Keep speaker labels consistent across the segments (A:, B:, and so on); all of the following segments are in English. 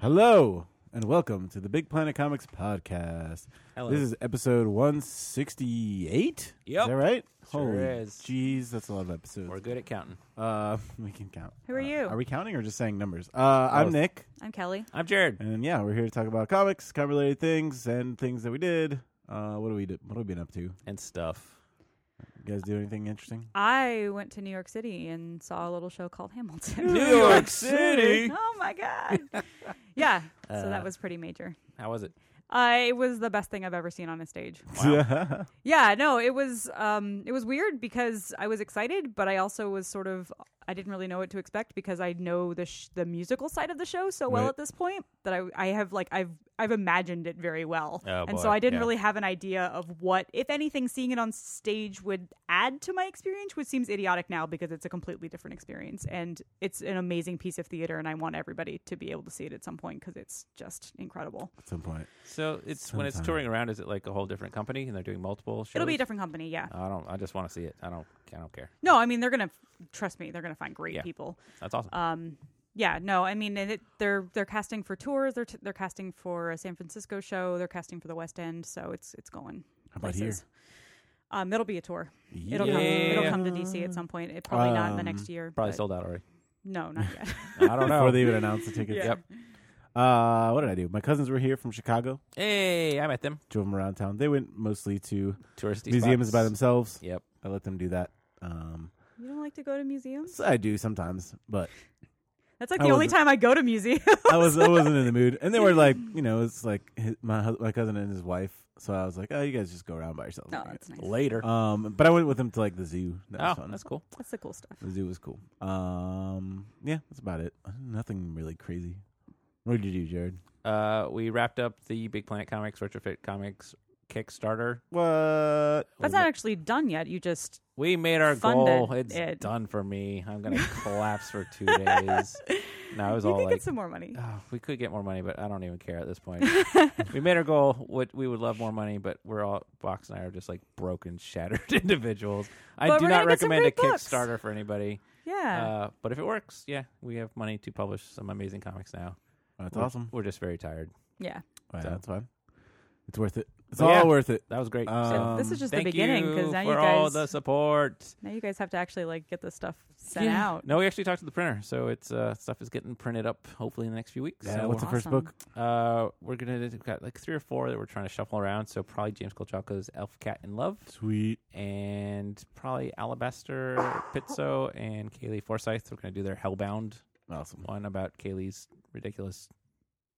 A: Hello and welcome to the Big Planet Comics podcast. This is episode 168.
B: Yep.
A: Is that right?
B: Sure
A: Holy
B: is.
A: Jeez, that's a lot of episodes.
B: We're good at counting.
A: Uh, we can count.
C: Who are
A: Uh,
C: you?
A: Are we counting or just saying numbers? Uh, I'm
B: Both.
A: Nick,
C: I'm Kelly.
B: I'm Jared.
A: and yeah, we're here to talk about comics, comic related things, and things that we did. Uh, what do we do? What have we been up to? You
B: And stuff.
A: guys do anything interesting?
C: I went to New York City and saw a little show called Hamilton.
B: York City.
C: oh my god! yeah, so
B: Uh,
C: that was pretty major.
B: How was it?
C: Uh, it was the best thing I've ever seen on a stage.
A: Yeah.
C: Yeah, no, it was um, it was weird because I was excited, but I also was sort of I didn't really know what to expect because I know the sh- the musical side of the show so well
A: Right.
C: at this point that I I have like I've I've imagined it very well,
B: Oh,
C: and
B: boy,
C: so I didn't
B: yeah.
C: really have an idea of what, if anything, seeing it on stage would add to my experience, which seems idiotic now because it's a completely different experience and it's an amazing piece of theater, and I want everybody to be able to see it at some point because it's just incredible.
A: At some point.
B: So it's when it's
A: Sometime.
B: touring around, is it like a whole different company and they're doing multiple shows?
C: It'll be a different company, yeah.
B: I don't. I just want to see it. I don't. I don't care.
C: No, I mean they're gonna trust me. They're gonna find great
B: Yeah.
C: people.
B: That's awesome.
C: Um, yeah, no, I mean and it, they're they're casting for tours. They're t- they're casting for a San Francisco show. They're casting for the West End. So it's it's going.
A: How about here?
C: places. Um, it'll be a tour. It'll come.
B: Yeah.
C: It'll come to DC at some point. It probably not in the
A: Um,
C: next year.
B: Probably
C: but-
B: sold out already.
C: No, not yet.
B: I don't know.
A: Before they even announce the tickets.
C: Yeah.
B: Yep.
A: Uh, what did I do? My cousins were here from Chicago.
B: Hey, I met them.
A: Drove them around town. They went mostly to
B: Touristy
A: museums
B: spots.
A: by themselves.
B: Yep.
A: I let them do that. Um,
C: you don't like to go to museums?
A: so I do sometimes, but
C: That's like
A: I
C: the only
A: wasn't-
C: time I go to museums.
A: I was I wasn't in the mood. And they were like, you know, it's like his, my hus- my cousin and his wife. So I was like, oh, you guys just go around by yourselves.
C: no, Oh, that's nice.
B: Later.
A: Um, but I went with them to like the zoo. That was
B: oh,
A: fun.
B: that's cool.
C: That's the cool stuff.
A: The zoo was cool. Um, yeah, that's about it. Nothing really crazy. What did you do, Jared?
B: Uh, we wrapped up the Big Planet Comics Retrofit Comics Kickstarter.
A: What?
C: That's not actually done yet. You just
B: We made our
C: Funded
B: goal. It's
C: it.
B: done for me. I'm gonna collapse for two days. No, I was
C: you
B: all
C: can
B: like,
C: get some more money.
B: Oh, we could get more money, but I don't even care at this point. we made our goal. What we would love more money, but we're all Box and I are just like broken, shattered individuals. I
C: But
B: do
C: we're
B: not
C: gonna get some
B: recommend a
C: great books.
B: Kickstarter for anybody.
C: Yeah.
B: Uh, but if it works, yeah, we have money to publish some amazing comics now.
A: That's
B: We're-
A: awesome.
B: We're just very tired.
C: yeah.
A: Wow,
B: So-
A: That's fun. It's worth it. It's
B: But
A: all
B: yeah.
A: worth it.
B: That was great.
A: Uh,
B: so
C: So this is
A: um,
C: just the
B: thank
C: beginning
B: you
C: because now
B: for
C: you
B: all
C: guys
B: the support.
C: now you guys have to actually like get this stuff sent
B: Yeah.
C: out.
B: No, we actually talked to the printer, so it's uh, stuff is getting printed up hopefully in the next few weeks.
A: Yeah,
B: so
A: what's the first
C: Awesome.
A: book?
B: uh, we're gonna we've got like three or four that we're trying to shuffle around. So probably James Kolchako's Elf Cat in Love.
A: Sweet.
B: and probably Alabaster Pizzo and Kaylee Forsyth. We're going to do their Hellbound
A: Awesome.
B: one about Kaylee's ridiculous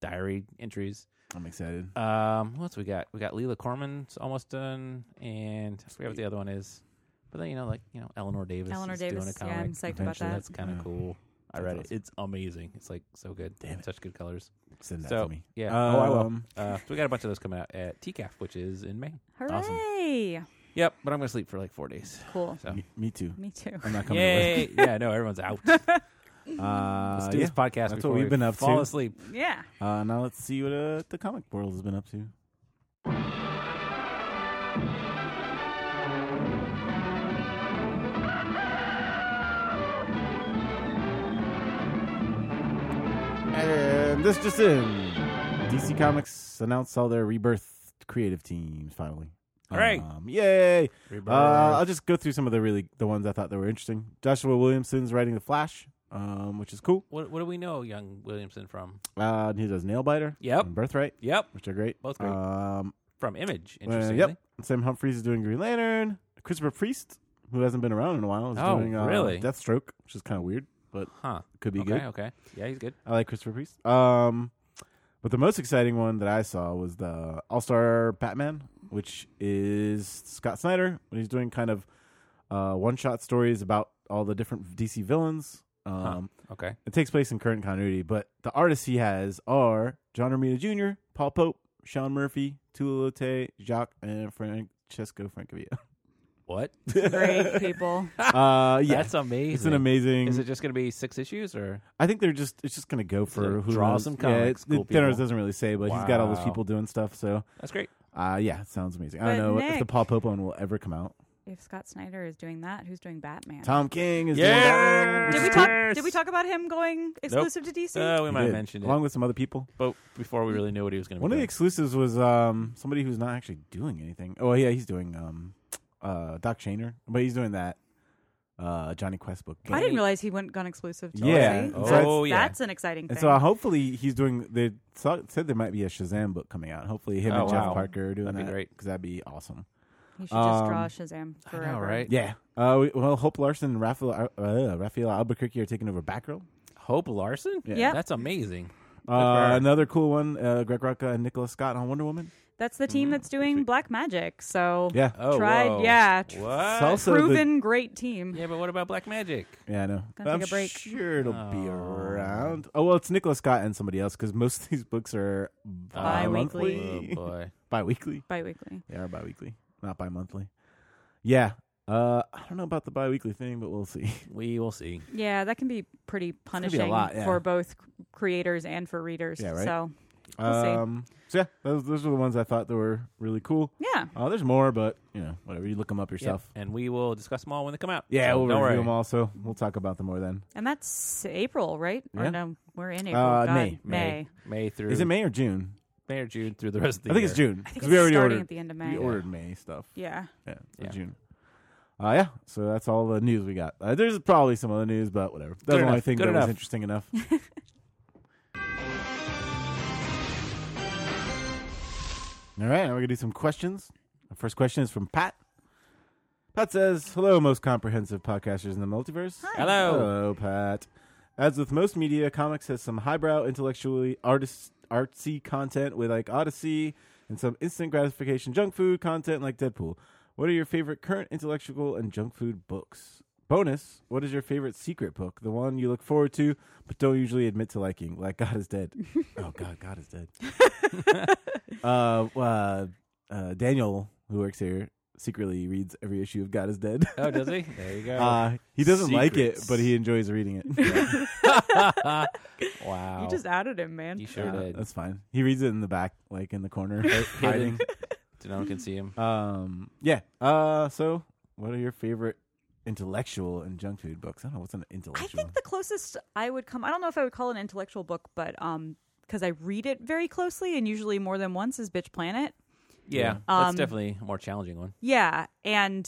B: diary entries.
A: I'm excited.
B: Um, what else we got? We got Leela Corman's almost done, and I forget what the other one is. But then you know, like you know, Eleanor Davis.
C: Eleanor
B: is
C: Davis.
B: doing a
C: Yeah,
B: comic.
C: I'm psyched about
A: eventually.
C: that.
B: That's kind of
A: Yeah.
B: cool. I
A: That's
B: read it.
A: awesome.
B: It's amazing. It's like so good.
A: Damn it.
B: Such good colors.
A: Send that
B: so
A: to me.
B: yeah. oh, I will.
A: Um,
B: Uh, so we got a bunch of those coming out at TCAF, which is in May.
A: Awesome.
C: Hooray!
B: Yep. But I'm gonna sleep for like four days.
C: Cool.
B: So
A: me, me too.
C: Me too.
A: I'm not coming. away.
B: Yay! yeah, no, everyone's out.
A: Uh,
B: Let's do
A: yeah.
B: this podcast.
A: That's what
B: before
A: we've
B: we
A: been up
B: fall
A: to.
B: asleep.
C: Yeah.
A: Uh, now let's see what uh, the comic world has been up to. And this just in: DC Comics announced all their rebirth creative teams finally.
B: All right.
A: Um, yay!
B: Rebirth.
A: Uh, I'll just go through some of the really the ones I thought that were interesting. Joshua Williamson's writing the Flash, um, which is cool.
B: what, what do we know young Williamson from?
A: Uh, he does Nailbiter,
B: Yep.
A: and Birthright,
B: Yep.
A: which are great.
B: Both great.
A: Um,
B: From Image,
A: uh,
B: interestingly.
A: yep. Sam Humphries is doing Green Lantern. Christopher Priest, who hasn't been around in a while, is
B: Oh,
A: doing uh,
B: really?
A: Deathstroke, which is kind of weird.
B: Huh.
A: Could be
B: okay,
A: good.
B: okay. Yeah, he's good.
A: I like Christopher Priest. Um, but the most exciting one that I saw was the All Star Batman, which is Scott Snyder, when he's doing kind of uh, one shot stories about all the different DC villains. Um,
B: Okay.
A: It takes place in current continuity, but the artists he has are John Romita Jr., Paul Pope, Sean Murphy, Tula Lote, Jacques, and Francesco Francavilla.
B: What?
C: Great people.
A: uh, yeah,
B: That's amazing.
A: it's an amazing.
B: Is it just going to be six issues or?
A: I think they're just it's just gonna go for
B: like,
A: who
B: draw
A: knows.
B: some
A: Yeah,
B: comics,
A: it-
B: cool
A: it- Thanos
B: people.
A: doesn't really say, but he's got all those
B: Wow.
A: people doing stuff. So
B: That's great.
A: uh, yeah, it sounds amazing. I don't
C: But
A: know if the
C: Nick-
A: Paul Pope one will ever come out.
C: If Scott Snyder is doing that, who's doing Batman?
A: Tom King is
B: Yeah.
A: doing
C: did we
A: that.
C: talk? Did we talk about him going exclusive to DC?
B: Uh, we
A: He
B: might have
A: did,
B: mentioned
A: along
B: it,
A: with some other people.
B: but before we really knew what he was going to.
A: One of the exclusives was um, somebody who's not actually doing anything. Oh yeah, he's doing um, uh, Doc Shaner, but he's doing that uh, Johnny Quest book.
C: I didn't realize he went gone exclusive. To
A: Yeah.
C: DC.
A: Oh,
C: That's-
B: yeah.
C: that's an exciting
A: And
C: thing.
A: so uh, hopefully he's doing. They saw, said there might be a Shazam book coming out. Hopefully him
B: Oh,
A: and Jeff
B: wow.
A: Parker are doing
B: That'd be
A: that
B: great.
A: because that'd be awesome.
C: you should just
A: um,
C: draw Shazam forever.
B: know, right?
A: Yeah. Uh, we, well, Hope Larson and Raphael uh, Raphael Albuquerque are taking over Batgirl.
B: Hope Larson.
A: Yeah.
C: Yep.
B: that's amazing.
A: Uh,
B: her.
A: another cool one. Uh, Greg Rucka and Nicola Scott on Wonder Woman.
C: That's the
B: Mm-hmm.
C: team that's doing Black Magic. So
A: Yeah.
B: Oh,
C: Tried-
B: whoa.
C: yeah, tr-
B: What?
A: It's also the-
C: proven great team.
B: yeah, but what about Black Magic?
A: Yeah, I know.
C: Gotta
A: I'm
C: take a break.
A: sure it'll be
B: Oh.
A: around. Oh well, it's Nicholas Scott and somebody else because most of these books are
C: Bi-weekly.
A: bi-monthly.
B: Oh, boy.
A: bi-weekly.
C: Bi-weekly.
A: Yeah, or bi-weekly, not bi-monthly. Yeah. Uh, I don't know about the bi-weekly thing, but we'll see.
B: We will see.
C: Yeah, that can be
A: gonna
C: pretty
A: be
C: punishing
A: a lot, yeah.
C: for both c- creators and for readers.
A: Yeah, right?
C: So We'll see.
A: Um, so yeah, those those are the ones I thought that were really cool.
C: yeah,
A: Uh, there's more, but you know, whatever. You look them up
B: Yep.
A: yourself.
B: And we will discuss them all when they come out.
A: Yeah,
B: So
A: we'll
B: don't
A: review
B: worry.
A: them all. So we'll talk about them more then.
C: and that's April, right?
A: Yeah.
C: Or no, we're in April.
A: Uh,
C: God,
A: May.
B: May, May through
A: Is it May or June?
B: May or June through the rest of the
A: I think
B: year.
A: it's June
C: I think
A: because
C: it's
A: we already
C: starting
A: ordered.
C: at the end of
A: We
C: May.
A: ordered May stuff.
C: Yeah.
A: Yeah, so
B: Yeah.
A: June. Uh, yeah, so that's all the news we got. Uh, there's probably some other news, but whatever. That's the only
B: enough,
A: thing
B: good
A: that was
B: enough.
A: interesting enough. all right, now we're going to do some questions. Our first question is from Pat. Pat says, Hello, most comprehensive podcasters in the multiverse.
C: Hi.
B: Hello.
A: Hello, Pat. As with most media, comics has some highbrow, intellectually artist, artsy content with like Odyssey and some instant gratification junk food content like Deadpool. What are your favorite current intellectual and junk food books? Bonus, what is your favorite secret book? The one you look forward to but don't usually admit to liking, like God is Dead. oh, God, God is Dead. uh, uh, uh, Daniel, who works here, secretly reads every issue of God is Dead.
B: Oh, does he? There you go.
A: Uh, he doesn't like it,
B: Secrets.
A: but he enjoys reading it.
B: wow.
C: You just outed him, man.
B: You sure
A: Uh,
B: did.
A: That's fine. He reads it in the back, like in the corner, hiding.
B: So no one can see him.
A: Um, yeah. Uh, so what are your favorite intellectual and junk food books? I don't know what's an
C: I
A: intellectual.
C: think the closest I would come, I don't know if I would call it an intellectual book, but um, because I read it very closely and usually more than once is Bitch Planet.
B: Yeah,
C: Um,
B: that's definitely a more challenging one.
C: Yeah, and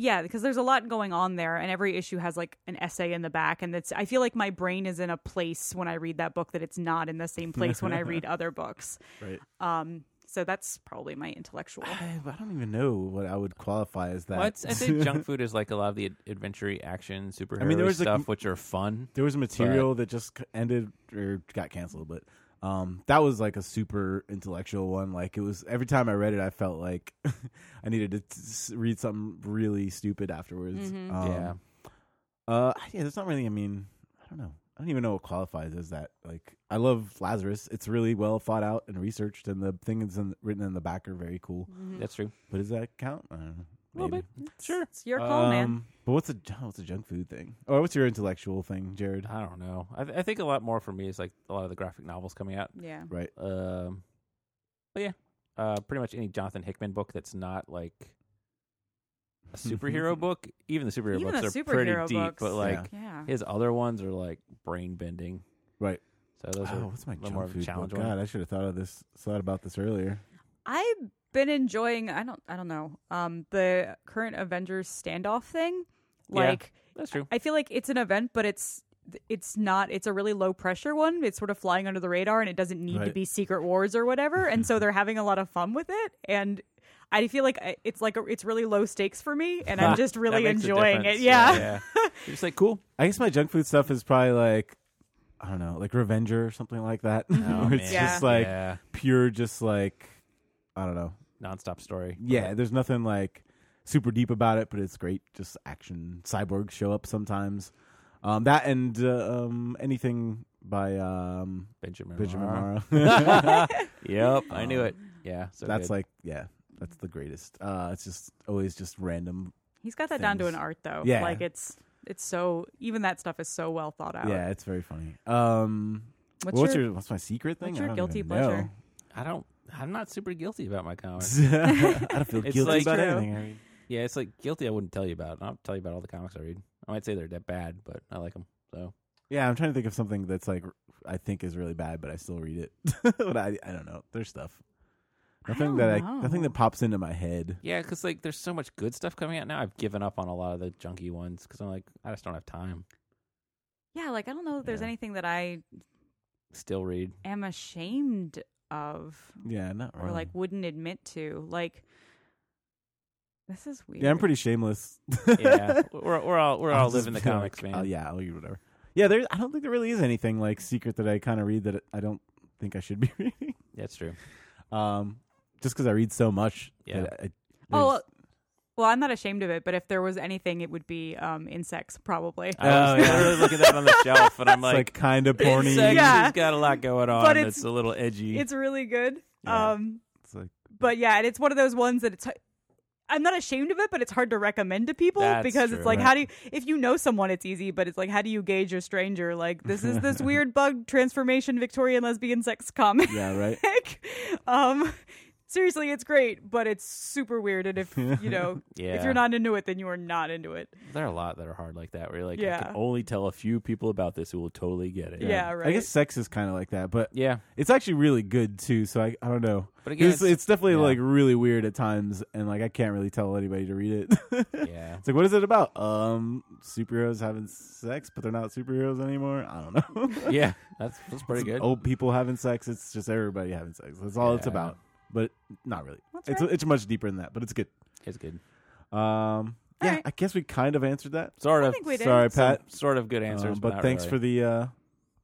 C: yeah, because there's a lot going on there, and every issue has like an essay in the back, and it's I feel like my brain is in a place when I read that book that it's not in the same place when I read other books.
A: Right.
C: Um, so that's probably my intellectual.
A: I, I don't even know what I would qualify as that.
B: Well, I'd, I'd say junk food is like a lot of the ad- adventure action superhero
A: there was, like,
B: stuff,
A: m-
B: which are fun.
A: there was a material that just c- ended or got canceled, but um, that was like a super intellectual one. Like it was every time I read it, I felt like I needed to t- s- read something really stupid afterwards.
C: Mhm.
A: Um,
B: yeah,
A: Uh, yeah, there's not really. I mean, I don't know. I don't even know what qualifies as that. Like, I love Lazarus. It's really well thought out and researched, and the things in, written in the back are very cool.
C: Mm-hmm.
B: that's true.
A: But does that count? I don't know.
B: A little
A: Maybe.
C: It's-
B: Sure.
C: it's your call, man.
A: Um, But what's a what's a junk food thing? Or what's your intellectual thing, Jared?
B: I don't know. I, th- I think a lot more for me is like a lot of the graphic novels coming out.
C: Yeah,
A: Right.
B: Um, but yeah, uh, pretty much any Jonathan Hickman book that's not like a superhero book. Even the superhero
C: Even
B: books
C: the
B: are pretty
C: superhero
B: deep,
C: books.
B: but like
C: yeah.
B: his other ones are like brain bending.
A: Right.
B: So those
A: Oh,
B: are
A: what's my
B: a little more
A: junk
B: of a
A: food? book?
B: challenge one.
A: God, I should have thought of this. Thought about this earlier.
C: I've been enjoying. I don't. I don't know. Um, the current Avengers standoff thing,
B: Yeah.
C: like.
B: that's true.
C: I feel like it's an event, but it's it's not it's a really low pressure one it's sort of flying under the radar and it doesn't need to
A: Right.
C: be secret wars or whatever and so they're having a lot of fun with it and i feel like I- it's like a, it's really low stakes for me and i'm just
B: That
C: really
B: makes a
C: enjoying it
B: difference.
C: yeah,
B: yeah. You're just like cool.
A: I guess my junk food stuff is probably like. I don't know, like Revenger or something like that. Where it's
C: man.
A: just like
B: Oh, yeah.
A: pure, just like I don't know,
B: nonstop story.
A: Yeah, there's nothing like super deep about it, but it's great. Just action. Cyborgs show up sometimes. Um, that and uh, um, anything by um,
B: Benjamin.
A: Benjamin
B: Mara.
A: Mara.
B: Yep, I
C: Uh,
B: knew it. Yeah, so
A: that's
B: good.
A: like, yeah, that's the greatest. Uh, it's just always just random.
C: he's got that down to
A: Things.
C: an art though
A: Yeah.
C: like it's it's so even that stuff is so well thought out
A: Yeah, it's very funny. Um,
C: what's,
A: what's,
C: your,
A: your, what's my secret thing?
C: what's
A: I
C: your
A: don't
C: guilty
A: even
C: pleasure?
B: I don't. I'm not super guilty about my comics.
A: know. I don't feel
B: It's
A: guilty
B: like-
A: about
C: True.
A: anything.
B: Yeah, it's like guilty. I wouldn't tell you about. I'll tell you about all the comics I read. I might say they're that bad, but I like them. So
A: Yeah, I'm trying to think of something that's like I think is really bad, but I still read it. but I I don't know. There's stuff.
C: I
A: Nothing
C: don't
A: that
C: know.
A: I nothing that pops into my head.
B: yeah, because like there's so much good stuff coming out now. I've given up on a lot of the junky ones because I'm like I just don't have time.
C: Yeah, like I don't know if there's
B: Yeah.
C: anything that I
B: Still read.
C: am ashamed of
A: Yeah, not
C: or
A: really.
C: like wouldn't admit to. Like this is weird.
A: Yeah, I'm pretty shameless.
B: Yeah, we're we're all we're
A: I'll
B: all
A: just
B: living the
A: be like,
B: comics, man.
A: Oh yeah, I'll read whatever. Yeah, there. I don't think there really is anything like secret that I kind of read that I don't think I should be reading.
B: That's true.
A: Um, just because I read so much.
B: Yeah.
A: that I,
C: Oh, well,
A: there's-
C: well, I'm not ashamed of it, but if there was anything, it would be um, insects, probably.
B: I was
A: yeah.
B: literally looking at that on the shelf, and I'm
A: it's like,
B: like,
A: kind of porny.
B: Sex,
C: Yeah.
B: has got a lot going on.
C: But
B: it's,
C: it's-
B: a little edgy.
C: It's really good.
B: Yeah.
C: Um,
A: It's like
C: but yeah, and it's one of those ones that it's. I'm not ashamed of it, but it's hard to recommend to people
B: That's
C: because
B: true.
C: it's like,
A: Right.
C: how do you, if you know someone, it's easy, but it's like, how do you gauge a stranger? Like, this is this weird bug transformation Victorian lesbian sex comic.
A: yeah, right.
C: um, seriously, it's great, but it's super weird. And if, you know,
B: yeah,
C: if you're not into it, then you are not into it.
B: there are a lot that are hard like that. Where you're like, I
C: Yeah.
B: can only tell a few people about this who will totally get it.
C: Yeah,
A: I
C: right.
A: guess sex is kind of like that, but
B: yeah.
A: it's actually really good too. So I, I don't know.
B: But again,
A: it's,
B: it's-
A: it's definitely
B: yeah.
A: like really weird at times, and like I can't really tell anybody to read it.
B: Yeah.
A: It's like, what is it about? Um, superheroes having sex, but they're not superheroes anymore. I don't know.
B: yeah, that's that's pretty
A: Some
B: good.
A: Old people having sex. It's just everybody having sex. That's all it's
B: Yeah.
A: about. But not really.
C: That's
A: it's
C: right.
A: it's much deeper than that. But it's good.
B: It's good.
A: Um, yeah,
C: right.
A: I guess we kind of answered that.
B: Sort
C: I
B: of.
C: think we did.
A: Sorry, Pat.
B: Some Sort of good answers,
A: Um, but thanks for the uh,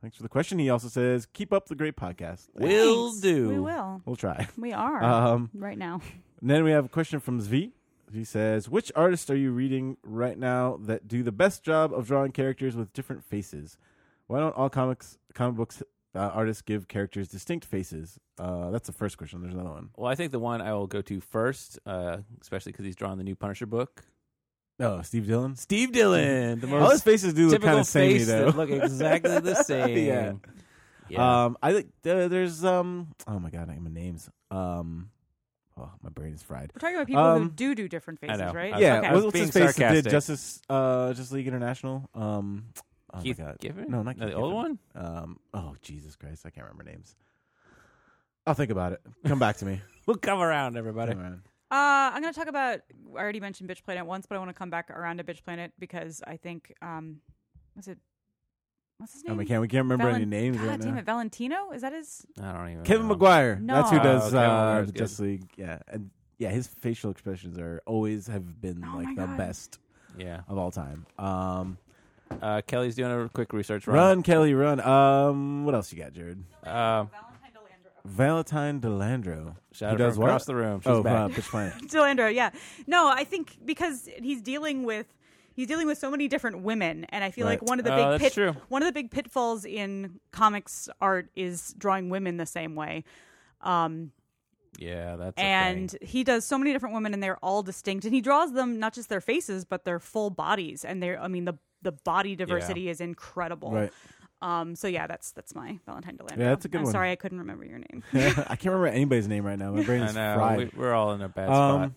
A: thanks for the question. He also says, keep up the great podcast.
B: the will
C: Thanks.
B: do.
C: We will.
A: We'll try.
C: We are
A: Um,
C: right now.
A: and then we have a question from Zvi. He says, which artists are you reading right now that do the best job of drawing characters with different faces? Why don't all comics comic books uh, artists give characters distinct faces? Uh, that's the first question. There's another one.
B: Well, I think the one I will go to first, uh, especially because he's drawing the new Punisher book.
A: Oh, Steve Dillon.
B: Steve Dillon, the
A: All his
B: most
A: faces do look kind
B: typical
A: of samey
B: face
A: though.
B: that look exactly the same.
A: Yeah.
B: Yeah.
A: Um, I think there- there's um. Oh my god, I'm names. Um, oh my brain is fried.
C: We're talking about people who
A: Um,
C: do do different
B: I
C: faces,
B: know.
C: right?
B: I was-
A: Yeah,
C: Okay.
B: I
A: what-
B: was
A: what's
B: being
A: his face that did
B: sarcastic.
A: Justice uh Justice League International? Um, oh
B: Keith
A: my god,
B: Giffen?
A: No, not Keith
B: the old
A: Giffen.
B: one.
A: um. Oh Jesus Christ, I can't remember names. I'll think about it. Come back to me.
B: We'll come around, everybody.
A: Come around.
C: Uh, I'm going to talk about. I already mentioned Bitch Planet once, but I want to come back around to Bitch Planet because I think. Um, was it? What's his name?
A: And Oh, we can't we can't remember any
C: Valen-
A: names
C: God
A: right
C: damn
A: now.
C: it, Valentino. Is that his?
B: I don't even.
A: Kevin
B: know.
A: McGuire. That's who
C: No.
A: does
B: Oh, Kevin
A: uh,
B: McGuire's
A: the
B: good.
A: Justice League. Yeah, and yeah, his facial expressions are always have been
C: Oh my
A: like the
C: God.
A: best
B: Yeah.
A: of all time. Um,
B: Uh, Kelly's doing a quick research
A: Run, Kelly, run. Um, what else you got, Jared?
B: Uh,
C: Valentine Delandro.
A: Valentine Delandro.
B: shout
A: Who
B: out
A: does
B: from
A: what?
B: across the room. She's
A: oh,
B: back.
A: uh, Pitch Planet.
C: Delandro, yeah. No, I think because he's dealing with. He's dealing with so many different women, and I feel
A: Right.
C: like one of the
B: Oh,
C: big pit-
B: that's true.
C: one of the big pitfalls in comics art is drawing women the same way. Um,
B: Yeah, that's. a
C: and
B: thing.
C: he does so many different women and they're all distinct and he draws them not just their faces but their full bodies and they're i mean the the body diversity is incredible
A: right.
C: um so yeah that's that's my valentine delandro
A: Yeah, that's a good
C: i'm
A: one.
C: sorry i couldn't remember your name
A: I can't remember anybody's name right now. My brain
B: I
A: is
B: know
A: fried.
B: we, we're all in a bad spot.
A: um,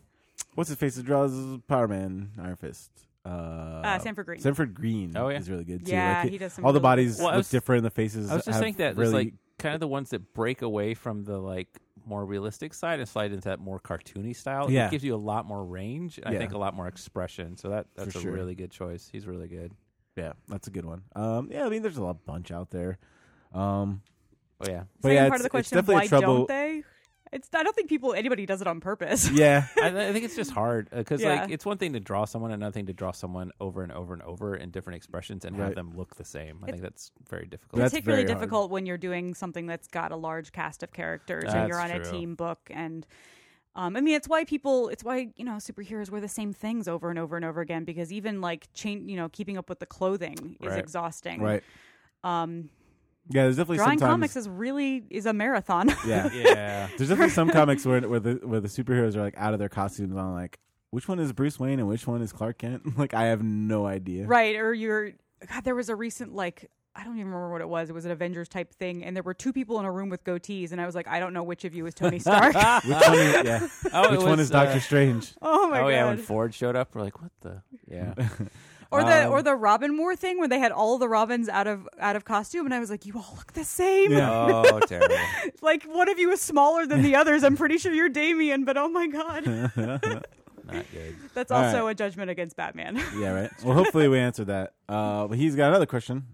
A: what's his face that draws Power Man, Iron Fist? Uh, uh,
C: Sanford Green.
A: Sanford Green.
B: Oh, yeah.
A: is really good too.
C: Yeah,
A: Like,
C: he does some
A: all the
C: really-
A: bodies
B: Well, I
A: look
B: was-
A: different. The faces.
B: I was just
A: have
B: thinking that there's
A: really
B: like kind of the ones that break away from the like more realistic side and slide into that more cartoony style.
A: Yeah.
B: It gives you a lot more range. And I
A: Yeah.
B: think a lot more expression. So that that's
A: For
B: a
A: sure.
B: really good choice. He's really good.
A: yeah, that's a good one. Um, yeah, I mean, there's a lot bunch out there. Um,
B: Oh yeah.
A: but
C: Second
A: yeah, it's,
C: part of the
A: it's
C: question
A: definitely
C: why
A: a trouble.
C: don't they it's i don't think people anybody does it on purpose
A: Yeah,
B: I, I think it's just hard because
C: Yeah.
B: like it's one thing to draw someone, another thing to draw someone over and over and over in different expressions and have
A: Right.
B: them look the same. I
C: It-
B: think that's very difficult.
A: That's
C: particularly
A: very hard.
C: difficult when you're doing something that's got a large cast of characters
B: That's
C: and you're on
B: true.
C: a team book and um, I mean it's why people it's why you know superheroes wear the same things over and over and over again because even like chain you know keeping up with the clothing is
B: Right.
C: exhausting
A: right.
C: um,
A: Yeah, there's definitely
C: drawing
A: sometimes.
C: comics is really is a marathon
A: yeah,
B: yeah.
A: There's definitely some comics where where the, where the superheroes are like out of their costumes. and I'm like, which one is Bruce Wayne and which one is Clark Kent? Like, I have no idea.
C: right or you're god there was a recent like I don't even remember what it was. It was an Avengers type thing, and there were two people in a room with goatees, and I was like, I don't know which of you is Tony Stark.
A: Which one? Is, yeah.
B: Oh,
A: Which one is Doctor Strange?
C: oh my
B: oh
C: god!
B: yeah, when Ford showed up, we're like, what the? Yeah.
C: or the
B: um,
C: or the Robin Moore thing where they had all the Robins out of out of costume, and I was like, you all look the same.
A: Yeah.
B: oh, terrible.
C: like one of you is smaller than the others. I'm pretty sure you're Damien, but oh my god,
B: Not good.
C: that's
A: All
C: also a judgment against Batman.
A: Yeah, right. Well, hopefully we answered that. Uh, but he's got another question.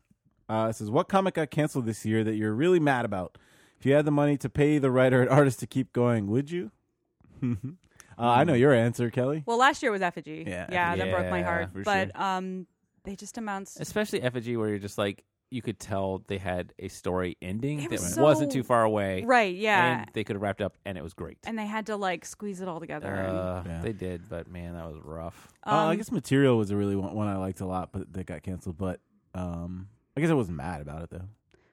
A: Uh, it says, "What comic got canceled this year that you're really mad about? If you had the money to pay the writer and artist to keep going, would you?" uh, I know your answer, Kelly.
C: well, last year was Effigy.
A: Yeah,
C: yeah, that broke my
B: Yeah,
C: heart.
A: for
C: But um, they just announced.
B: Especially Effigy, where you're just like, you could tell they had a story ending
C: It
B: that
C: was
B: was
C: so-
B: not too far away.
C: Right, yeah.
B: And they could have wrapped up, and it was great.
C: and they had to like squeeze it all together. and-
B: Uh,
A: Yeah.
B: They did, but man, that was rough.
A: uh, I
C: Um,
A: guess Material was a really one, one I liked a lot, but that got canceled. But um, I guess I wasn't mad about it though.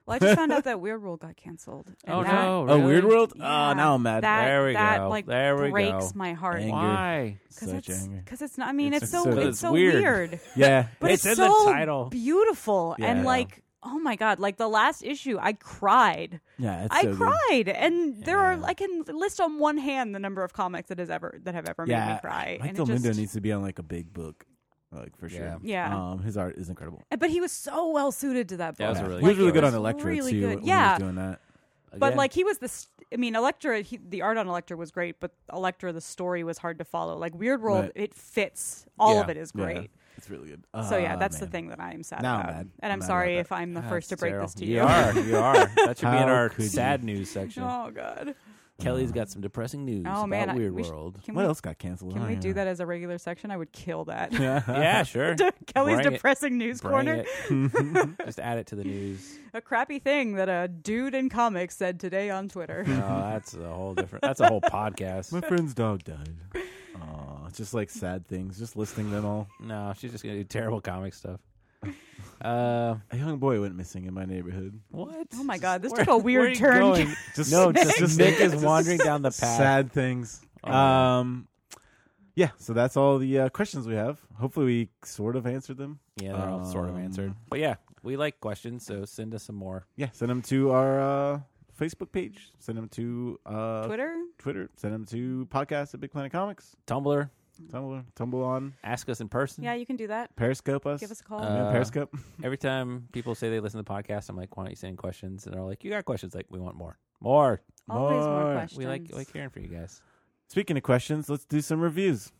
C: well, I just found out that Weird World got canceled. and
B: Oh,
C: that-
B: no.
A: Oh, Weird
B: really?
A: World.
C: Yeah,
A: Oh, now I'm mad.
C: That,
B: There we
C: that,
B: go.
C: Like,
B: There we
C: breaks
B: go.
C: my heart.
A: Angry.
B: Why?
C: Because
A: Such
C: it's
A: anger.
C: because it's not. I mean, it's,
A: It's
C: so
A: so-
C: it's,
A: But
B: it's
C: so
B: weird.
A: Yeah.
C: but it's,
B: It's in the
C: so
B: title.
C: beautiful and
A: Yeah.
C: like oh my god like the last issue i cried
A: yeah. It's
C: i
A: so good.
C: cried and there are
B: Yeah.
C: i can list on one hand the number of comics that has ever that have ever made
A: Yeah.
C: me cry and
A: Michael
C: it just,
A: Lindo needs to be on like a big book, like for sure.
B: Yeah.
C: Yeah.
A: Um, his art is incredible.
C: but he was so well suited to that book
B: Yeah, it was a really
A: he was
B: good
A: really
B: choice.
A: good on Electra
C: Really
A: too.
C: good.
A: when he was
C: Yeah.
A: doing that.
C: but
B: Again,
C: like he was the s I i mean electra he, the art on electra was great but electra the story was hard to follow like weird world
A: Right.
C: it fits all of
B: Yeah.
C: it is
A: Yeah.
C: great
A: It's really good.
C: so yeah
A: Ah,
C: that's the
A: man.
C: thing that i am sad
A: Now I'm
C: about
A: mad.
C: and
A: I'm
C: i'm,
A: mad
C: sorry
A: about
C: if i'm the
B: Ah,
C: first to
B: it's
C: break
B: terrible.
C: this to
B: you.
C: you
B: are. You are. That should be in
A: How
B: our
A: could you?
B: sad news section.
C: oh god
B: Kelly's got some depressing news
C: Oh,
B: about
C: man, I-
B: Weird
C: we sh-
B: World.
C: can
A: What
C: we
A: else got canceled? Oh,
C: Can
A: I
C: we
A: don't
C: do
A: know.
C: that as a regular section? I would kill that.
B: yeah, sure.
C: Kelly's
B: Bring it.
C: depressing news
B: Bring
C: corner.
B: it. Just add it to the news.
C: A crappy thing that a dude in comics said today on Twitter.
B: No, Oh, that's a whole different. That's a whole podcast.
A: My friend's dog died. Aw, it's just like sad things, just listing them all.
B: No, she's just gonna do terrible comic stuff. Uh,
A: A young boy went missing in my neighborhood.
B: what?
C: Oh my
B: Just-
C: God, this
B: where-
C: took a
B: where are
C: weird
B: you
C: turn.
B: going?
A: Just
B: no,
A: just,
B: just, Nick is
A: just
B: wandering down the path.
A: sad things.
B: Oh.
A: Um, yeah. So that's all the uh, questions we have. Hopefully, we sort of answered them.
B: Yeah, they're all sort of
A: Um,
B: answered. But yeah, we like questions, so send us some more.
A: Yeah, send them to our uh, Facebook page. Send them to uh,
C: Twitter?
A: Twitter. Send them to podcast at Big Planet Comics.
B: Tumblr,
A: Tumblr, Tumble on
B: ask us in person.
C: Yeah, you can do that.
A: Periscope us.
C: Give us a call.
A: You know
B: Uh,
A: Periscope.
B: Every time people say they listen to the podcast, I'm like, why don't you send questions? And they're like, you got questions? Like, we want more, more.
C: Always more,
A: more.
C: questions.
B: We like like hearing from you guys.
A: Speaking of questions, let's do some reviews.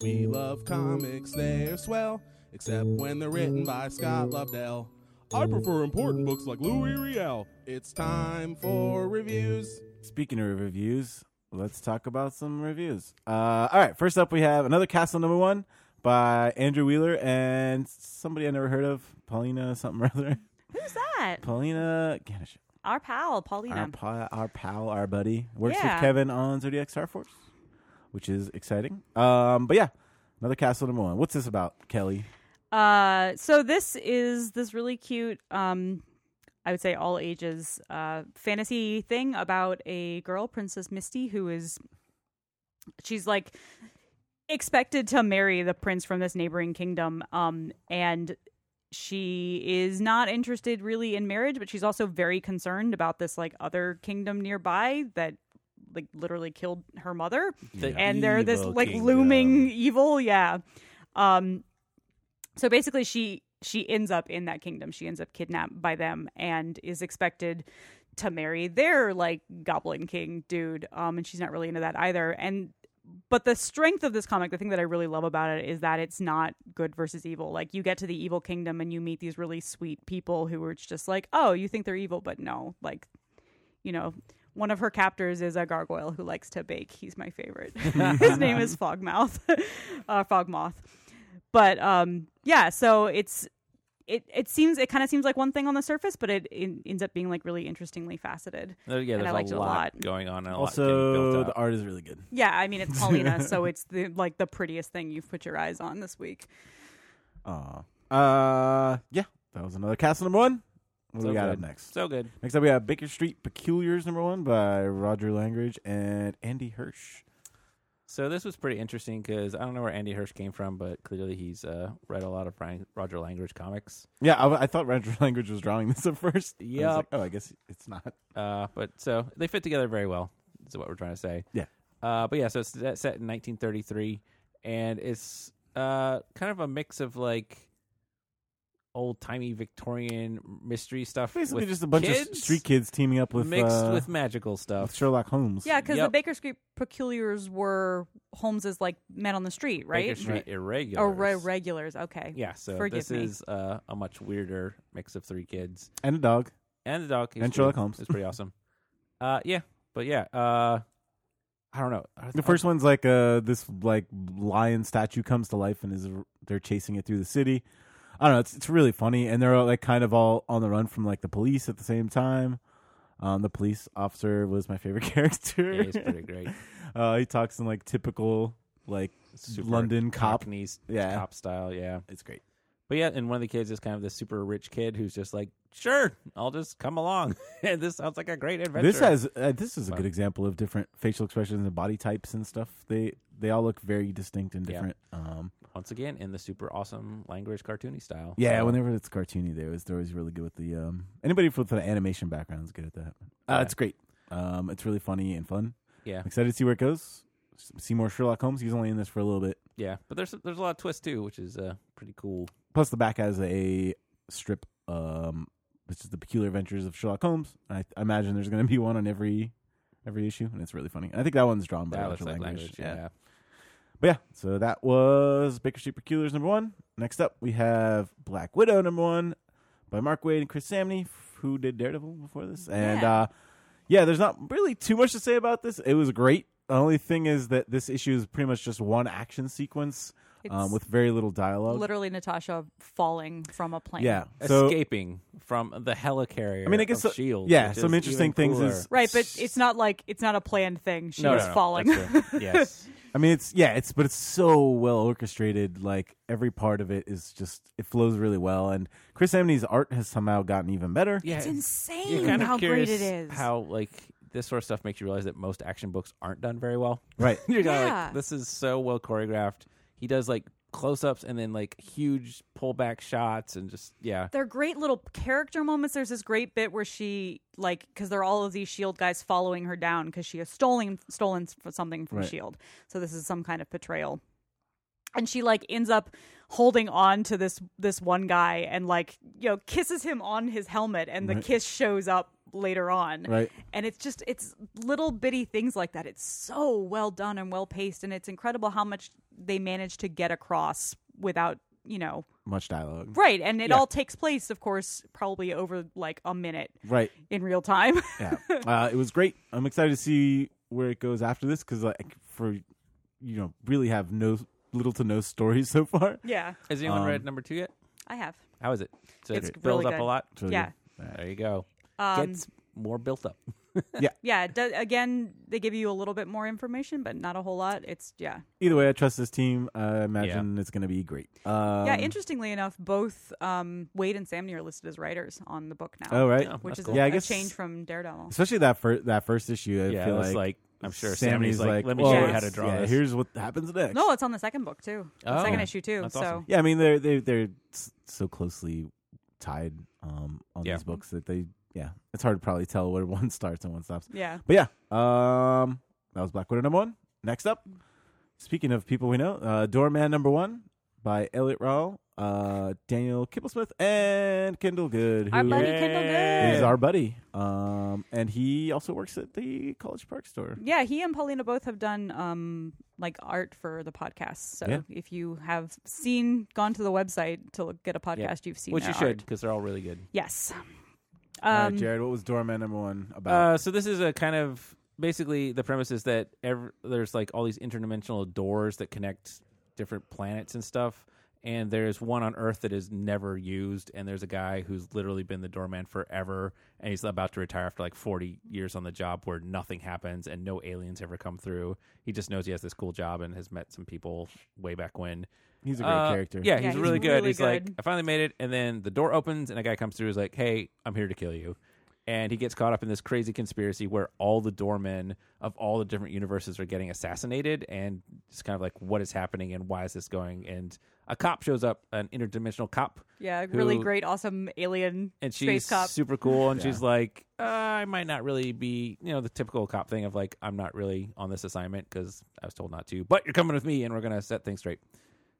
D: We love comics, they're swell, except when they're written by Scott Lobdell. I prefer important books like Louis Riel. It's time for reviews.
A: Speaking of reviews, let's talk about some reviews. Uh, all right, first up, we have another Castle Number One by Andrew Wheeler and somebody I never heard of, Paulina something or other.
C: Who's that?
A: Paulina Ganish,
C: Our pal, Paulina.
A: our, pa- our pal, our buddy, works
C: Yeah.
A: with Kevin on Zodiac Star Force, which is exciting. Um, but yeah, another Castle Number One. What's this about, Kelly?
C: Uh, so this is this really cute, um, I would say all ages, uh, fantasy thing about a girl, Princess Misty, who is she's like expected to marry the prince from this neighboring kingdom, um, and she is not interested really in marriage, but she's also very concerned about this like other kingdom nearby that like literally killed her mother
B: The
C: and they're this
B: evil
C: like
B: kingdom.
C: looming evil yeah um so basically she she ends up in that kingdom she ends up kidnapped by them and is expected to marry their like goblin king dude um and she's not really into that either and but the strength of this comic the thing that i really love about it is that it's not good versus evil like you get to the evil kingdom and you meet these really sweet people who are just like oh you think they're evil but no like you know one of her captors is a gargoyle who likes to bake he's my favorite his name is fogmouth uh, fogmoth but um yeah so it's it, it seems it kind of seems like one thing on the surface, but it, it ends up being like really interestingly faceted.
B: Uh, yeah,
C: and I
B: there's
C: liked it
B: a
C: a
B: lot
C: lot.
B: going on. And a lot getting
A: Also,
B: built
A: the
B: up.
A: art is really good.
C: Yeah, I mean it's Paulina, so it's the like the prettiest thing you've put your eyes on this week.
A: Aw. Uh, yeah, that was another Castle Number One. What do
B: So
A: we got
B: good.
A: up next?
B: so good.
A: Next up, we have Baker Street Peculiars number one by Roger Langridge and Andy Hirsch.
B: So this was pretty interesting because I don't know where Andy Hirsch came from, but clearly he's uh, read a lot of Brian, Roger Langridge comics.
A: Yeah, I, I thought Roger Language was drawing this at first. I was
B: Yep.
A: like, oh, I guess it's not.
B: Uh, but so they fit together very well. Is what we're trying to say.
A: Yeah.
B: Uh, but yeah, so it's set set in 1933, and it's uh kind of a mix of like old timey Victorian mystery stuff,
A: Basically,
B: with
A: just a bunch of
B: kids
A: street kids teaming up with
B: mixed
A: uh,
B: with magical
A: with
B: stuff.
A: Sherlock Holmes.
C: Yeah, because the
B: Yep.
C: Baker Street Peculiars were Holmes's like men on the street, right?
B: Baker Street irregular.
C: Or re- regulars. Okay.
B: yeah, so
C: Forgive
B: this
C: me.
B: is uh, a much weirder mix of three kids.
A: and a dog.
B: and the dog is
A: And Sherlock
B: pretty-
A: Holmes.
B: It's pretty awesome. Uh, yeah, but yeah, uh, I don't know. I-
A: The first one's like uh this like lion statue comes to life and is they're chasing it through the city. I don't know. It's it's really funny, and they're all, like kind of all on the run from like the police at the same time. Um, the police officer was my favorite character.
B: Yeah, he's pretty great.
A: uh, he talks in like typical like
B: Super
A: London cop.
B: Cockney's
A: Yeah.
B: cop style, yeah.
A: It's great.
B: But yeah, and one of the kids is kind of this super rich kid who's just like, sure, I'll just come along. and this sounds like a great adventure.
A: This has uh, this is a
B: Wow.
A: good example of different facial expressions and body types and stuff. They they all look very distinct and
B: Yeah.
A: different. Um,
B: once again in the super awesome language cartoony style.
A: yeah,
B: So,
A: whenever it's cartoony, they always they're always really good with the um. Anybody with an animation background is good at that. Uh,
B: Yeah.
A: It's great. Um, it's really funny and fun.
B: yeah,
A: I'm excited to see where it goes. S- See more Sherlock Holmes. He's only in this for a little bit.
B: yeah. But there's there's a lot of twists too, which is uh, pretty cool.
A: Plus, the back has a strip, um, which is the Peculiar Adventures of Sherlock Holmes. I, I imagine there's going to be one on every every issue, and it's really funny. I think that one's drawn by
B: That looks
A: Roger
B: like
A: Langridge.
B: language. Yeah.
A: But yeah, so that was Baker Street Peculiars number one. Next up, we have Black Widow number one by Mark Wade and Chris Samney, who did Daredevil before this. And
C: Yeah.
A: uh, yeah, there's not really too much to say about this. It was great. The only thing is that this issue is pretty much just one action sequence
C: It's
A: um, with very little dialogue.
C: literally Natasha falling from a plane.
A: yeah, so
B: Escaping from the helicarrier.
A: I mean, I guess
B: of
A: so-
B: Shield.
A: yeah,
B: which
A: some
B: E is
A: interesting
B: even
A: things
B: cooler.
A: is
C: Right, but it's not like it's not a planned thing. She
B: No,
C: was
B: no, no,
C: falling.
B: that's true. yes.
A: I mean, it's yeah, it's but it's so well orchestrated. Like every part of it is just it flows really well. And Chris Samney's art has somehow gotten even better.
B: Yeah.
C: it's
B: You're
C: insane
B: kind of
C: how great
B: curious
C: it is.
B: How like this sort of stuff makes you realize that most action books aren't done very well.
A: Right.
B: You're kind of
C: Yeah.
B: like, this is so well choreographed. He does like close ups and then like huge pullback shots and just yeah.
C: they're great little character moments. There's this great bit where she like because there are all of these Shield E guys following her down because she has stolen stolen s- something from
A: Right.
C: Shield. So this is some kind of betrayal, and she like ends up holding on to this this one guy and like you know kisses him on his helmet, and the
A: Right.
C: kiss shows up later on.
A: Right.
C: And it's just it's little bitty things like that. It's so well done and well paced, and it's incredible how much they manage to get across without you know
A: Much dialogue.
C: Right, and it
A: Yeah.
C: all takes place, of course, probably over like a minute
A: Right.
C: in real time.
A: yeah, uh, it was great. I'm excited to see where it goes after this because, like, for you know, really have no little to no stories so far.
C: yeah,
B: Has anyone
A: Um,
B: read number two yet?
C: I have.
B: How is it? So
C: It's
B: it builds
C: really
B: up
C: good.
B: a lot.
A: So,
C: Yeah.
B: There you go.
C: Um,
B: Gets more built up.
C: yeah. it does- again, they give you a little bit more information, but not a whole lot. It's yeah,
A: Either way, I trust this team. I imagine it's going to be great. Um,
C: yeah. Interestingly enough, both um, Wade and Samney are listed as writers on the book now,
A: Oh right.
B: Yeah.
C: which
B: that's
C: is
B: cool.
C: a,
A: Yeah, I
C: a
A: guess-
C: change from Daredevil.
A: Especially that first that first issue. I
B: yeah.
A: feel
B: it's
A: like,
B: like, I'm sure
A: Sammy's
B: Sammy's like, let me
A: well,
B: show you
C: yes.
B: how to draw
A: yeah,
B: this.
A: Here's what happens next.
C: No, it's on the second book too. The
B: Oh.
C: second
B: Yeah.
C: issue too.
B: That's
C: so
B: awesome.
A: Yeah, I mean they're they they're s- so closely tied um, on
B: Yeah.
A: these books that they yeah it's hard to probably tell where one starts and one stops.
C: yeah,
A: But yeah, um, that was Black Widow number one. Next up, speaking of people we know, uh, Doorman number one by Elliot Rawl, uh, Daniel Kipplesmith, and Kendall Good,
C: our buddy
A: who
C: Kendall
B: Yeah.
C: Good.
A: is our buddy. Um, and he also works at the College Park store.
C: Yeah, he and Paulina both have done um like art for the podcast. So
A: Yeah.
C: if you have seen gone to the website to look, get a podcast, you've seen
B: Which
C: their
B: you should
C: art.
B: because they're all really good.
C: Yes.
A: All right,
C: Um,
A: Jared, what was Doorman number one about?
B: Uh, so this is a kind of basically the premise is that ev there's like all these interdimensional doors that connect different planets and stuff. And there's one on Earth that is never used, and there's a guy who's literally been the doorman forever, and he's about to retire after like 40 years on the job where nothing happens and no aliens ever come through. He just knows he has this cool job and has met some people way back when.
A: He's a great
B: Uh,
A: character.
B: Yeah,
C: Yeah,
B: he's
C: he's
B: really good.
C: really
B: he's like,
C: good.
B: I finally made it, and then the door opens, and a guy comes through. Is like, Hey, I'm here to kill you. and he gets caught up in this crazy conspiracy where all the doormen of all the different universes are getting assassinated and it's kind of like what is happening and why is this going and a cop shows up an interdimensional cop
C: Yeah, really
B: Who-
C: great, awesome alien
B: and
C: space
B: she's
C: cop.
B: super cool and
A: Yeah.
B: she's like uh, i might not really be you know the typical cop thing of like i'm not really on this assignment because i was told not to but you're coming with me and we're gonna set things straight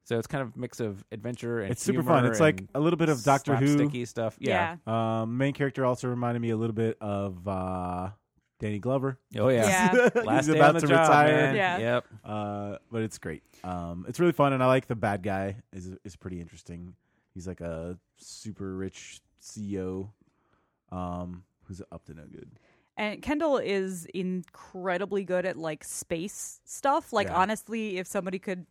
B: so it's kind of a mix of adventure and
A: It's super
B: humor
A: fun. It's like
B: and
A: a little bit of Doctor Who.
B: slapsticky stuff yeah,
C: yeah.
A: Um, main character also reminded me a little bit of uh, Danny Glover.
B: oh yeah,
C: Yeah.
B: last
A: He's
B: day
A: about
B: on the
A: to
B: job,
A: retire.
B: man.
C: Yeah.
B: yep
A: Uh, but it's great. Um, it's really fun, and I like the bad guy. is is pretty interesting. He's like a super rich CEO, um, who's up to no good.
C: And Kendall is incredibly good at like space stuff. Like
A: Yeah.
C: honestly, if somebody could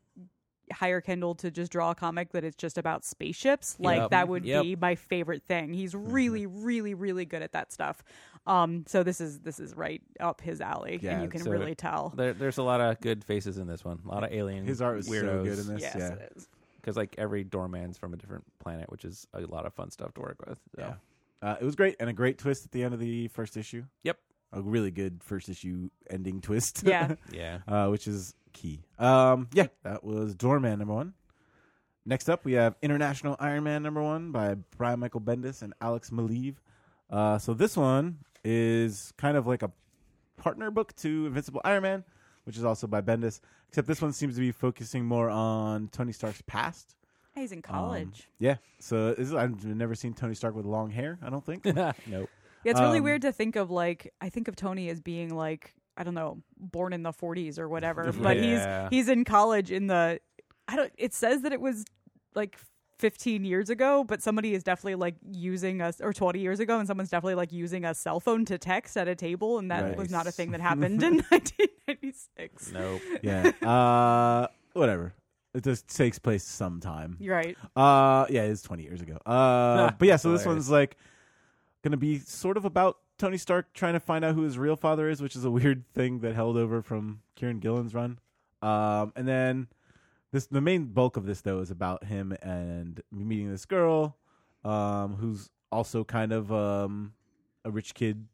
C: hire Kendall to just draw a comic that it's just about spaceships, like
B: Yep.
C: that would
B: Yep.
C: be my favorite thing. He's
A: Mm-hmm.
C: really, really, really good at that stuff. Um, so this is this is right up his alley,
A: Yeah,
C: and you can
B: so-
C: really tell.
B: there, there's a lot of good faces in this one a lot of alien
A: His art was so good in
B: weirdos
A: this.
C: yes,
A: yeah,
C: it is.
B: because like every doorman's from a different planet which is a lot of fun stuff to work with so.
A: Yeah. Uh, it was great, and a great twist at the end of the first issue.
B: Yep.
A: a really good first issue ending twist.
C: Yeah.
B: yeah
A: uh, which is key. Um, yeah, that was Doorman number one. Next up, we have International Iron Man number one by Brian Michael Bendis and Alex Maleev. Uh, so this one is kind of like a partner book to Invincible Iron Man, which is also by Bendis. Except this one seems to be focusing more on Tony Stark's past.
C: He's in
A: Um,
C: college.
A: yeah. So this is, I've never seen Tony Stark with long hair. I don't think.
B: nope
C: Yeah, it's really
A: Um,
C: weird to think of like I think of Tony as being like I don't know, born in the 40s or whatever, but he's
B: Yeah.
C: he's in college in the I don't it says that it was like 15 years ago, but somebody is definitely like using us or 20 years ago and someone's definitely like using a cell phone to text at a table and that was not a
A: Nice.
C: thing that happened in 1996.
B: nope
A: yeah. Uh, whatever. It just takes place sometime.
C: You're right.
A: Uh, yeah, it's 20 years ago. Uh, but yeah, so this
B: Hilarious.
A: one's like going to be sort of about Tony Stark trying to find out who his real father is, which is a weird thing that held over from Kieran Gillen's run. Um, and then this the main bulk of this though is about him and meeting this girl, um, who's also kind of um a rich kid,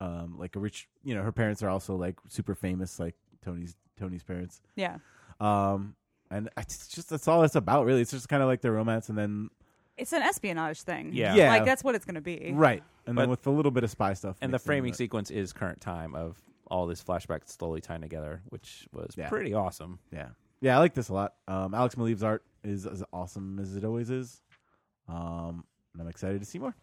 A: um, like a rich you know her parents are also like super famous, like Tony's Tony's parents.
C: Yeah.
A: Um, and I- it's just that's all it's about, really. It's just kind of like their romance, and then
C: It's an espionage thing.
B: Yeah.
A: Yeah.
C: Like that's what it's going to be.
A: right, and
B: But-
A: then with a little bit of spy stuff.
B: and the
A: mixed in
B: framing
A: with it.
B: sequence is current time of all these flashbacks slowly tying together, which was
A: Yeah.
B: pretty awesome.
A: Yeah, yeah, I like this a lot. Um, Alex Maleev's art is as awesome as it always is. Um, and I'm excited to see more.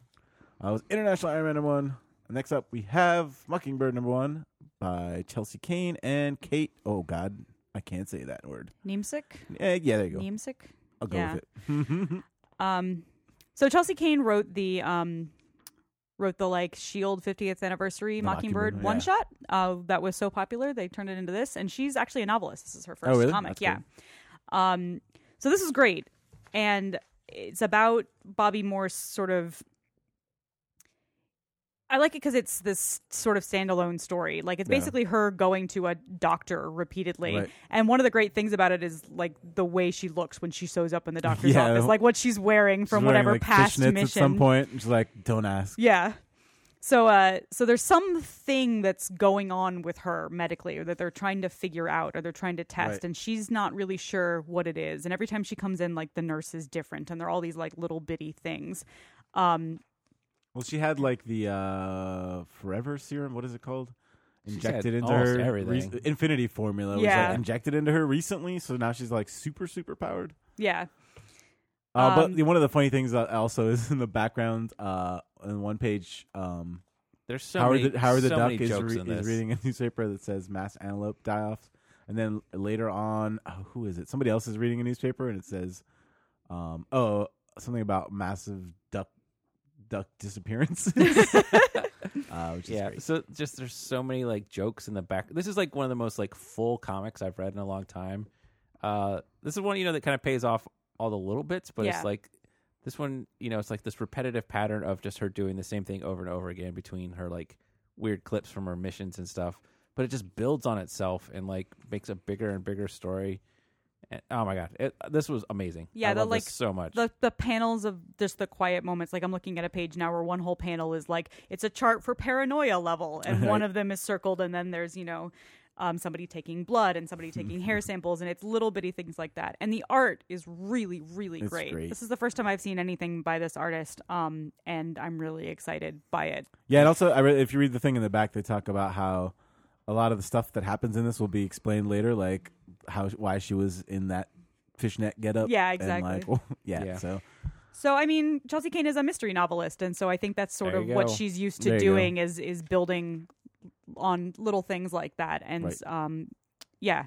A: I was International Iron Man number one. Next up, we have Mockingbird number one by Chelsea Kane and Kate. Oh God, I can't say that word.
C: Namesick?
A: Eh, yeah, there you go.
C: Namesick?
A: I'll go
C: yeah.
A: with it.
C: Um, so Chelsea Kane wrote the um, wrote the like Shield 50th anniversary
A: The Mockingbird,
C: Mockingbird,
A: yeah.
C: one shot uh, that was so popular they turned it into this, and she's actually a novelist. This is her first
A: Oh, really?
C: comic,
A: That's
C: yeah. Um, so this is great, and it's about Bobby Morse sort of I like it because it's this sort of standalone story. Like it's
A: Yeah.
C: basically her going to a doctor repeatedly,
A: Right.
C: and one of the great things about it is like the way she looks when she shows up in the doctor's
A: Yeah.
C: office, like what she's wearing from
A: She's wearing,
C: whatever
A: like,
C: past
A: fishnets
C: mission.
A: at some point. And she's like, "Don't ask."
C: Yeah. So, uh, so there's something that's going on with her medically, or that they're trying to figure out, or they're trying to test,
A: Right.
C: and she's not really sure what it is. And every time she comes in, like the nurse is different, and they're all these like little bitty things. Um,
A: Well, she had like the uh, forever serum. What is it called?
B: had
A: Injected into
B: almost
A: her
B: everything.
A: infinity formula was
C: Yeah.
A: like injected into her recently, so now she's like super super powered.
C: yeah,
A: Uh,
C: Um,
A: but the, one of the funny things that also is in the background uh, on one page, um,
B: There's so
A: Howard,
B: many,
A: the, Howard the
B: so
A: Duck
B: many
A: is,
B: jokes
A: re-
B: in
A: is
B: this.
A: reading a newspaper that says mass antelope die offs, and then later on, oh, who is it? Somebody else is reading a newspaper and it says, um, "Oh, something about massive duck duck disappearances," uh, which is
B: yeah,
A: great.
B: so just there's so many like jokes in the back. This is like one of the most like full comics I've read in a long time. Uh, this is one you know that kind of pays off all the little bits, but
C: Yeah.
B: it's like this one you know it's like this repetitive pattern of just her doing the same thing over and over again between her like weird clips from her missions and stuff. But it just builds on itself and like makes a bigger and bigger story. And, oh my god, it, this was amazing.
C: Yeah,
B: I
C: the,
B: love this
C: like,
B: so much.
C: the the panels of just the quiet moments. Like I'm looking at a page now where one whole panel is like it's a chart for paranoia level, and one of them is circled, and then there's you know. Um, somebody taking blood and somebody taking hair samples, and it's little bitty things like that. And the art is really, really
A: It's
C: great.
A: great.
C: This is the first time I've seen anything by this artist, um, and I'm really excited by it.
A: Yeah, and also, I re- if you read the thing in the back, they talk about how a lot of the stuff that happens in this will be explained later, like how why she was in that fishnet getup.
C: Yeah,
A: and, like, yeah,
B: Yeah.
A: So
C: So I mean, Chelsea Kane is a mystery novelist, and so I think that's sort
B: There
C: of
B: you
C: what
B: go.
C: she's used to
A: There you go.
C: doing is is building on little things like that, and
A: Right.
C: um, yeah,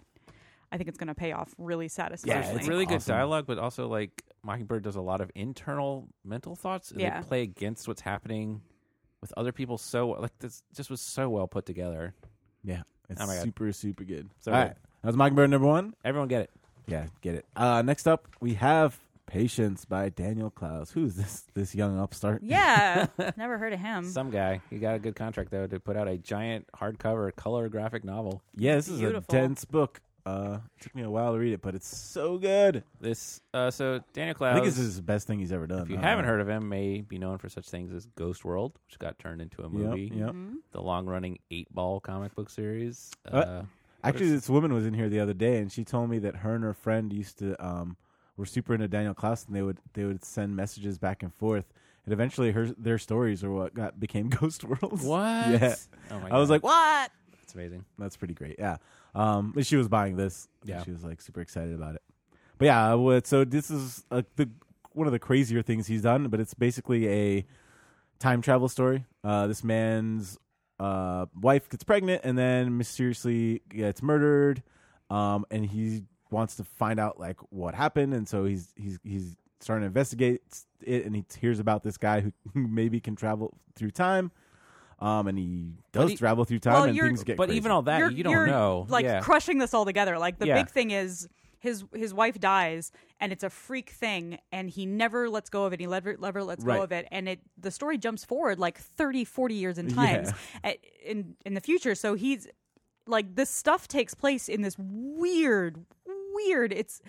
C: I think it's going to pay off really
B: There's
A: Yeah, it's
C: satisfyingly.
B: really good
A: awesome.
B: dialogue, but also like Mockingbird does a lot of internal mental thoughts. And
C: Yeah.
B: They play against what's happening with other people. So like this just was so well put together.
A: yeah, it's
B: Oh my God.
A: super super good.
B: So
A: All right,
B: good.
A: that was Mockingbird number one.
B: Everyone get it.
C: Mm-hmm.
A: Yeah, get it. Uh, next up, we have Patience by Daniel Klaus. Who's this this young upstart?
C: yeah, never heard of him.
B: Some guy. He got a good contract though to put out a giant hardcover color graphic novel.
A: Yeah, this is
C: Beautiful.
A: a dense book. Uh, took me a while to read it, but it's so good.
B: This uh so Daniel Cloud
A: I think this is the best thing he's ever done.
B: if you
A: Uh,
B: haven't heard of him, may be known for such things as Ghost World, which got turned into a
A: Yep,
B: movie.
A: yep.
C: Mm-hmm.
B: The long running eight ball comic book series.
A: Uh, Actually, this woman was in here the other day, and she told me that her and her friend used to um, were super into Daniel Klaus, and they would they would send messages back and forth, and eventually her their stories are what got became Ghost Worlds.
B: what?
A: Yeah,
B: Oh my
A: I was
B: God.
A: like, what?
B: That's amazing.
A: That's pretty great. Yeah, um, but she was buying this. and
B: Yeah.
A: she was like super excited about it. But yeah, uh, what- so this is uh, the one of the crazier things he's done, but it's basically a time travel story. Uh, this man's uh, wife gets pregnant and then mysteriously gets murdered, um, and he wants to find out like what happened, and so he's he's he's starting to investigate it, and he hears about this guy who maybe can travel through time. Um, and he does
B: he-
A: travel through time,
C: Well,
A: and
C: you're-
A: things get
B: But
A: crazy.
B: even all that,
C: you're,
B: you don't
C: you're,
B: know.
C: Like
B: yeah.
C: crushing this all together. Like the
B: Yeah.
C: big thing is his his wife dies, and it's a freak thing, and he never lets go of it. He never never lets
A: Right.
C: go of it, and it the story jumps forward like 30, 40 years in times at, in in the future. So he's like this stuff takes place in this weird, weird. It's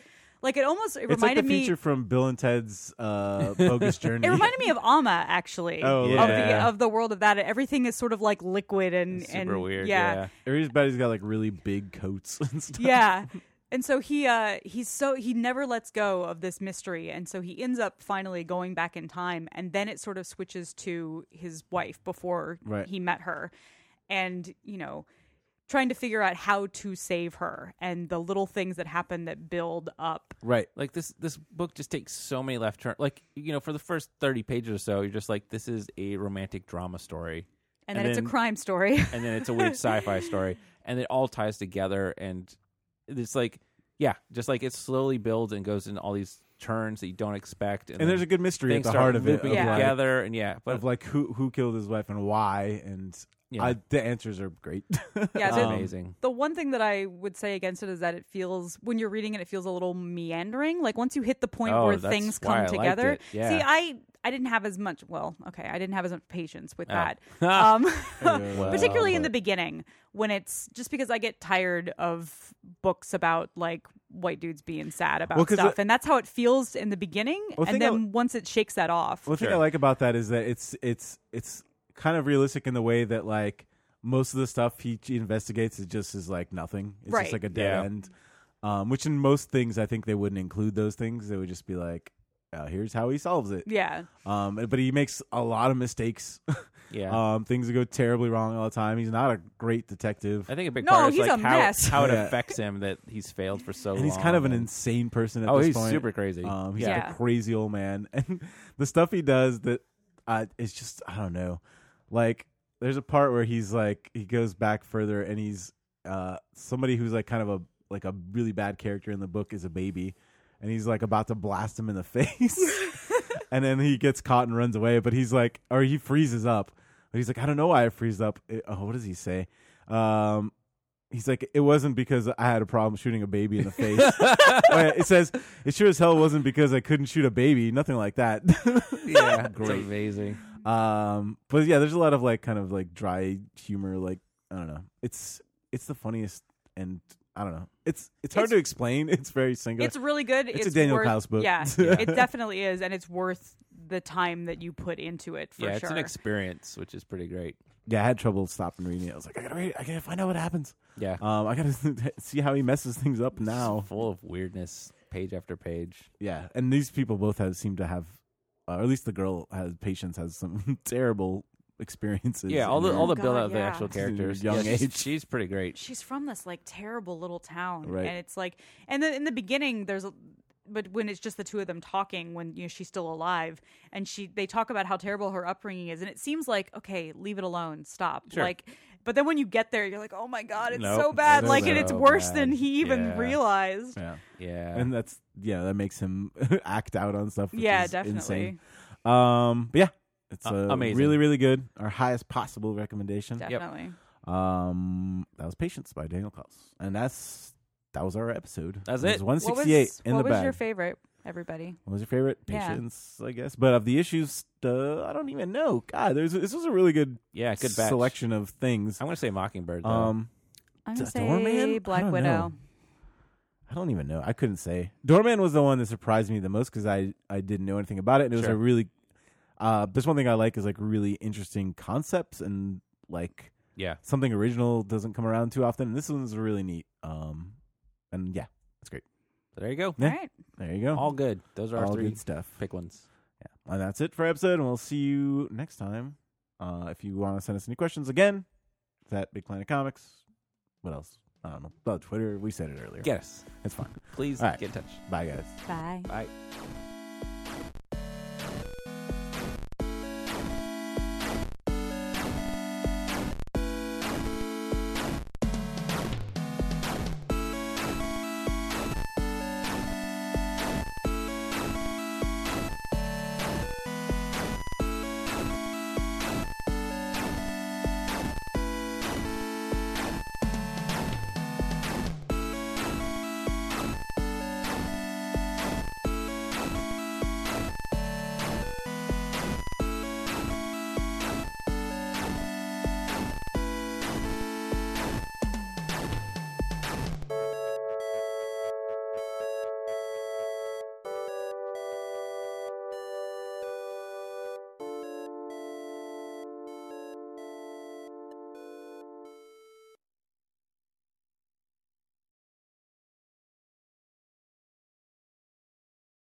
C: like it almost it
A: It's like the
C: reminded
A: feature
C: me.
A: from Bill and Ted's uh, Bogus Journey.
C: It reminded me of Alma, actually,
A: Oh,
B: Yeah.
C: of the
A: yeah.
C: of the world of that. Everything is sort of like liquid and
B: It's super
C: and
B: weird.
C: yeah,
B: Yeah.
A: Everybody's got like really big coats and stuff.
C: yeah and so he uh he's so he never lets go of this mystery and so he ends up finally going back in time and then it sort of switches to his wife before
A: Right.
C: he met her and you know trying to figure out how to save her and the little things that happen that build up
A: Right.
B: Like this this book just takes so many left turns. Like, you know, for the first 30 pages or so, you're just like this is a romantic drama story.
C: and then,
B: And
C: it's a
B: then-
C: crime story
B: and then it's a weird sci-fi story and it all ties together and it's like yeah just like it slowly builds and goes in all these turns that you don't expect and,
A: And there's a
B: then
A: good mystery at
B: things
A: the
B: start
A: heart of it.
B: looping
A: Of,
C: Yeah.
A: like,
B: together and yeah but
A: of like who who killed his wife and why, and
B: Yeah.
A: I, the answers are great.
C: yeah
B: it's
A: um,
C: so
B: amazing
C: the one thing that I would say against it is that it feels when you're reading it, it feels a little meandering. Like once you hit the point
B: Oh,
C: where
B: that's
C: things
B: why I
C: come
B: liked
C: together.
B: it. Yeah.
C: See, I I didn't have as much. Well, okay, I didn't have as much patience with that.
B: Ah.
C: Um,
A: Wow.
C: particularly in the beginning when it's just because I get tired of books about like white dudes being sad about
A: Well, 'cause
C: stuff,
A: the-
C: and that's how it feels in the beginning.
A: Well,
C: and
A: think
C: then
A: I'll-
C: once it shakes that off,
A: Well, the thing I like about that is that it's it's it's kind of realistic in the way that like most of the stuff he he investigates is just is like nothing. It's
C: Right.
A: just like a dead
B: Yeah.
A: end. Um, which in most things, I think they wouldn't include those things. They would just be like, uh, "Here's how he solves it."
C: yeah,
A: Um, but he makes a lot of mistakes.
B: yeah
A: Um, things go terribly wrong all the time. He's not a great detective,
B: i think a big
C: No,
B: part is
C: he's
B: like
C: a
B: how,
C: mess.
B: how it
A: Yeah.
B: affects him that he's failed for so long
A: and he's kind of an
B: and-
A: insane person. At
B: oh
A: this
B: he's
A: point.
B: super crazy
A: Um, he's
C: Yeah.
A: like a crazy old man, and the stuff he does that uh, it's just I don't know. Like there's a part where he's like he goes back further, and he's uh, somebody who's like kind of a like a really bad character in the book is a baby, and he's like about to blast him in the face, and then he gets caught and runs away. But he's like, or he freezes up. But he's like, I don't know why I freeze up. It- oh, what does he say? Um, he's like, it wasn't because I had a problem shooting a baby in the face. Oh, yeah, it says, it sure as hell wasn't because I couldn't shoot a baby. Nothing like that.
B: yeah great amazing
A: um, but yeah, there's a lot of like kind of like dry humor. Like I don't know. It's it's the funniest and I don't know. It's it's hard to explain. It's very singular.
C: It's really good.
A: It's a Daniel
C: worth,
A: Klaus book.
C: Yeah,
A: Yeah.
C: it definitely is, and it's worth the time that you put into it for
B: yeah,
C: sure.
B: it's an experience, which is pretty great.
A: yeah, I had trouble stopping reading it. I was like, I gotta read it. I gotta find out what happens.
B: Yeah,
A: Um, I gotta see how he messes things up now.
B: full of weirdness, page after page.
A: Yeah, and these people both have seem to have, uh, or at least the girl has patience has some terrible experiences.
B: yeah, all the
A: in
B: all
A: her-
B: the build
C: God,
B: out of the
C: yeah.
B: actual
A: She's in her
B: characters.
A: young
B: yeah, she's-
A: age.
B: She's, pretty great.
C: she's from this like terrible little town
A: Right.
C: and it's like and then in the beginning there's a but when it's just the two of them talking when you know she's still alive and she they talk about how terrible her upbringing is and it seems like okay leave it alone stop
B: Sure.
C: like but then when you get there you're like oh my god it's so
B: Nope.
C: bad
A: It's
C: like and it's
B: so
C: worse
B: bad.
C: than he even
B: Yeah.
C: realized
A: yeah,
B: Yeah,
A: and that's yeah, that makes him act out on stuff. Which
C: yeah
A: is
C: definitely
A: Insane. Um, but yeah, it's
B: Uh,
A: uh,
B: amazing.
A: really really good. Our highest possible recommendation.
C: definitely
A: Um, that was Patience by Daniel Klaus, and that's that was our episode.
B: That's it.
A: One
C: what was,
A: sixty eight in
C: what
A: the
C: was
A: bag.
C: your favorite everybody
A: What was your favorite?
C: Yeah.
A: Patience, I guess. But of the issues, uh, I don't even know. God, there's this was a really good
B: yeah, good batch.
A: selection of things.
B: I'm gonna say Mockingbird. Though.
A: Um,
C: i'm gonna
A: D-
C: say
A: Doorman? I
C: black
A: don't
C: widow
A: know. I don't even know. I couldn't say. Doorman was the one that surprised me the most because I I didn't know anything about it, and it was
B: Sure.
A: a really. Uh, this one thing I like is like really interesting concepts and like
B: yeah,
A: something original doesn't come around too often. This one's really neat. Um, and yeah, that's great.
B: there you go.
A: Yeah.
C: all right
A: There you go.
B: All good. Those are our
A: All
B: three
A: good stuff.
B: pick ones.
A: And that's it for episode. And we'll see you next time. Uh, if you want to send us any questions again, it's at Big Planet Comics. What else? I don't know. About Twitter. We said it earlier.
B: Yes,
A: It's fine.
B: please
A: All right.
B: get in touch.
A: Bye, guys.
C: bye
B: Bye.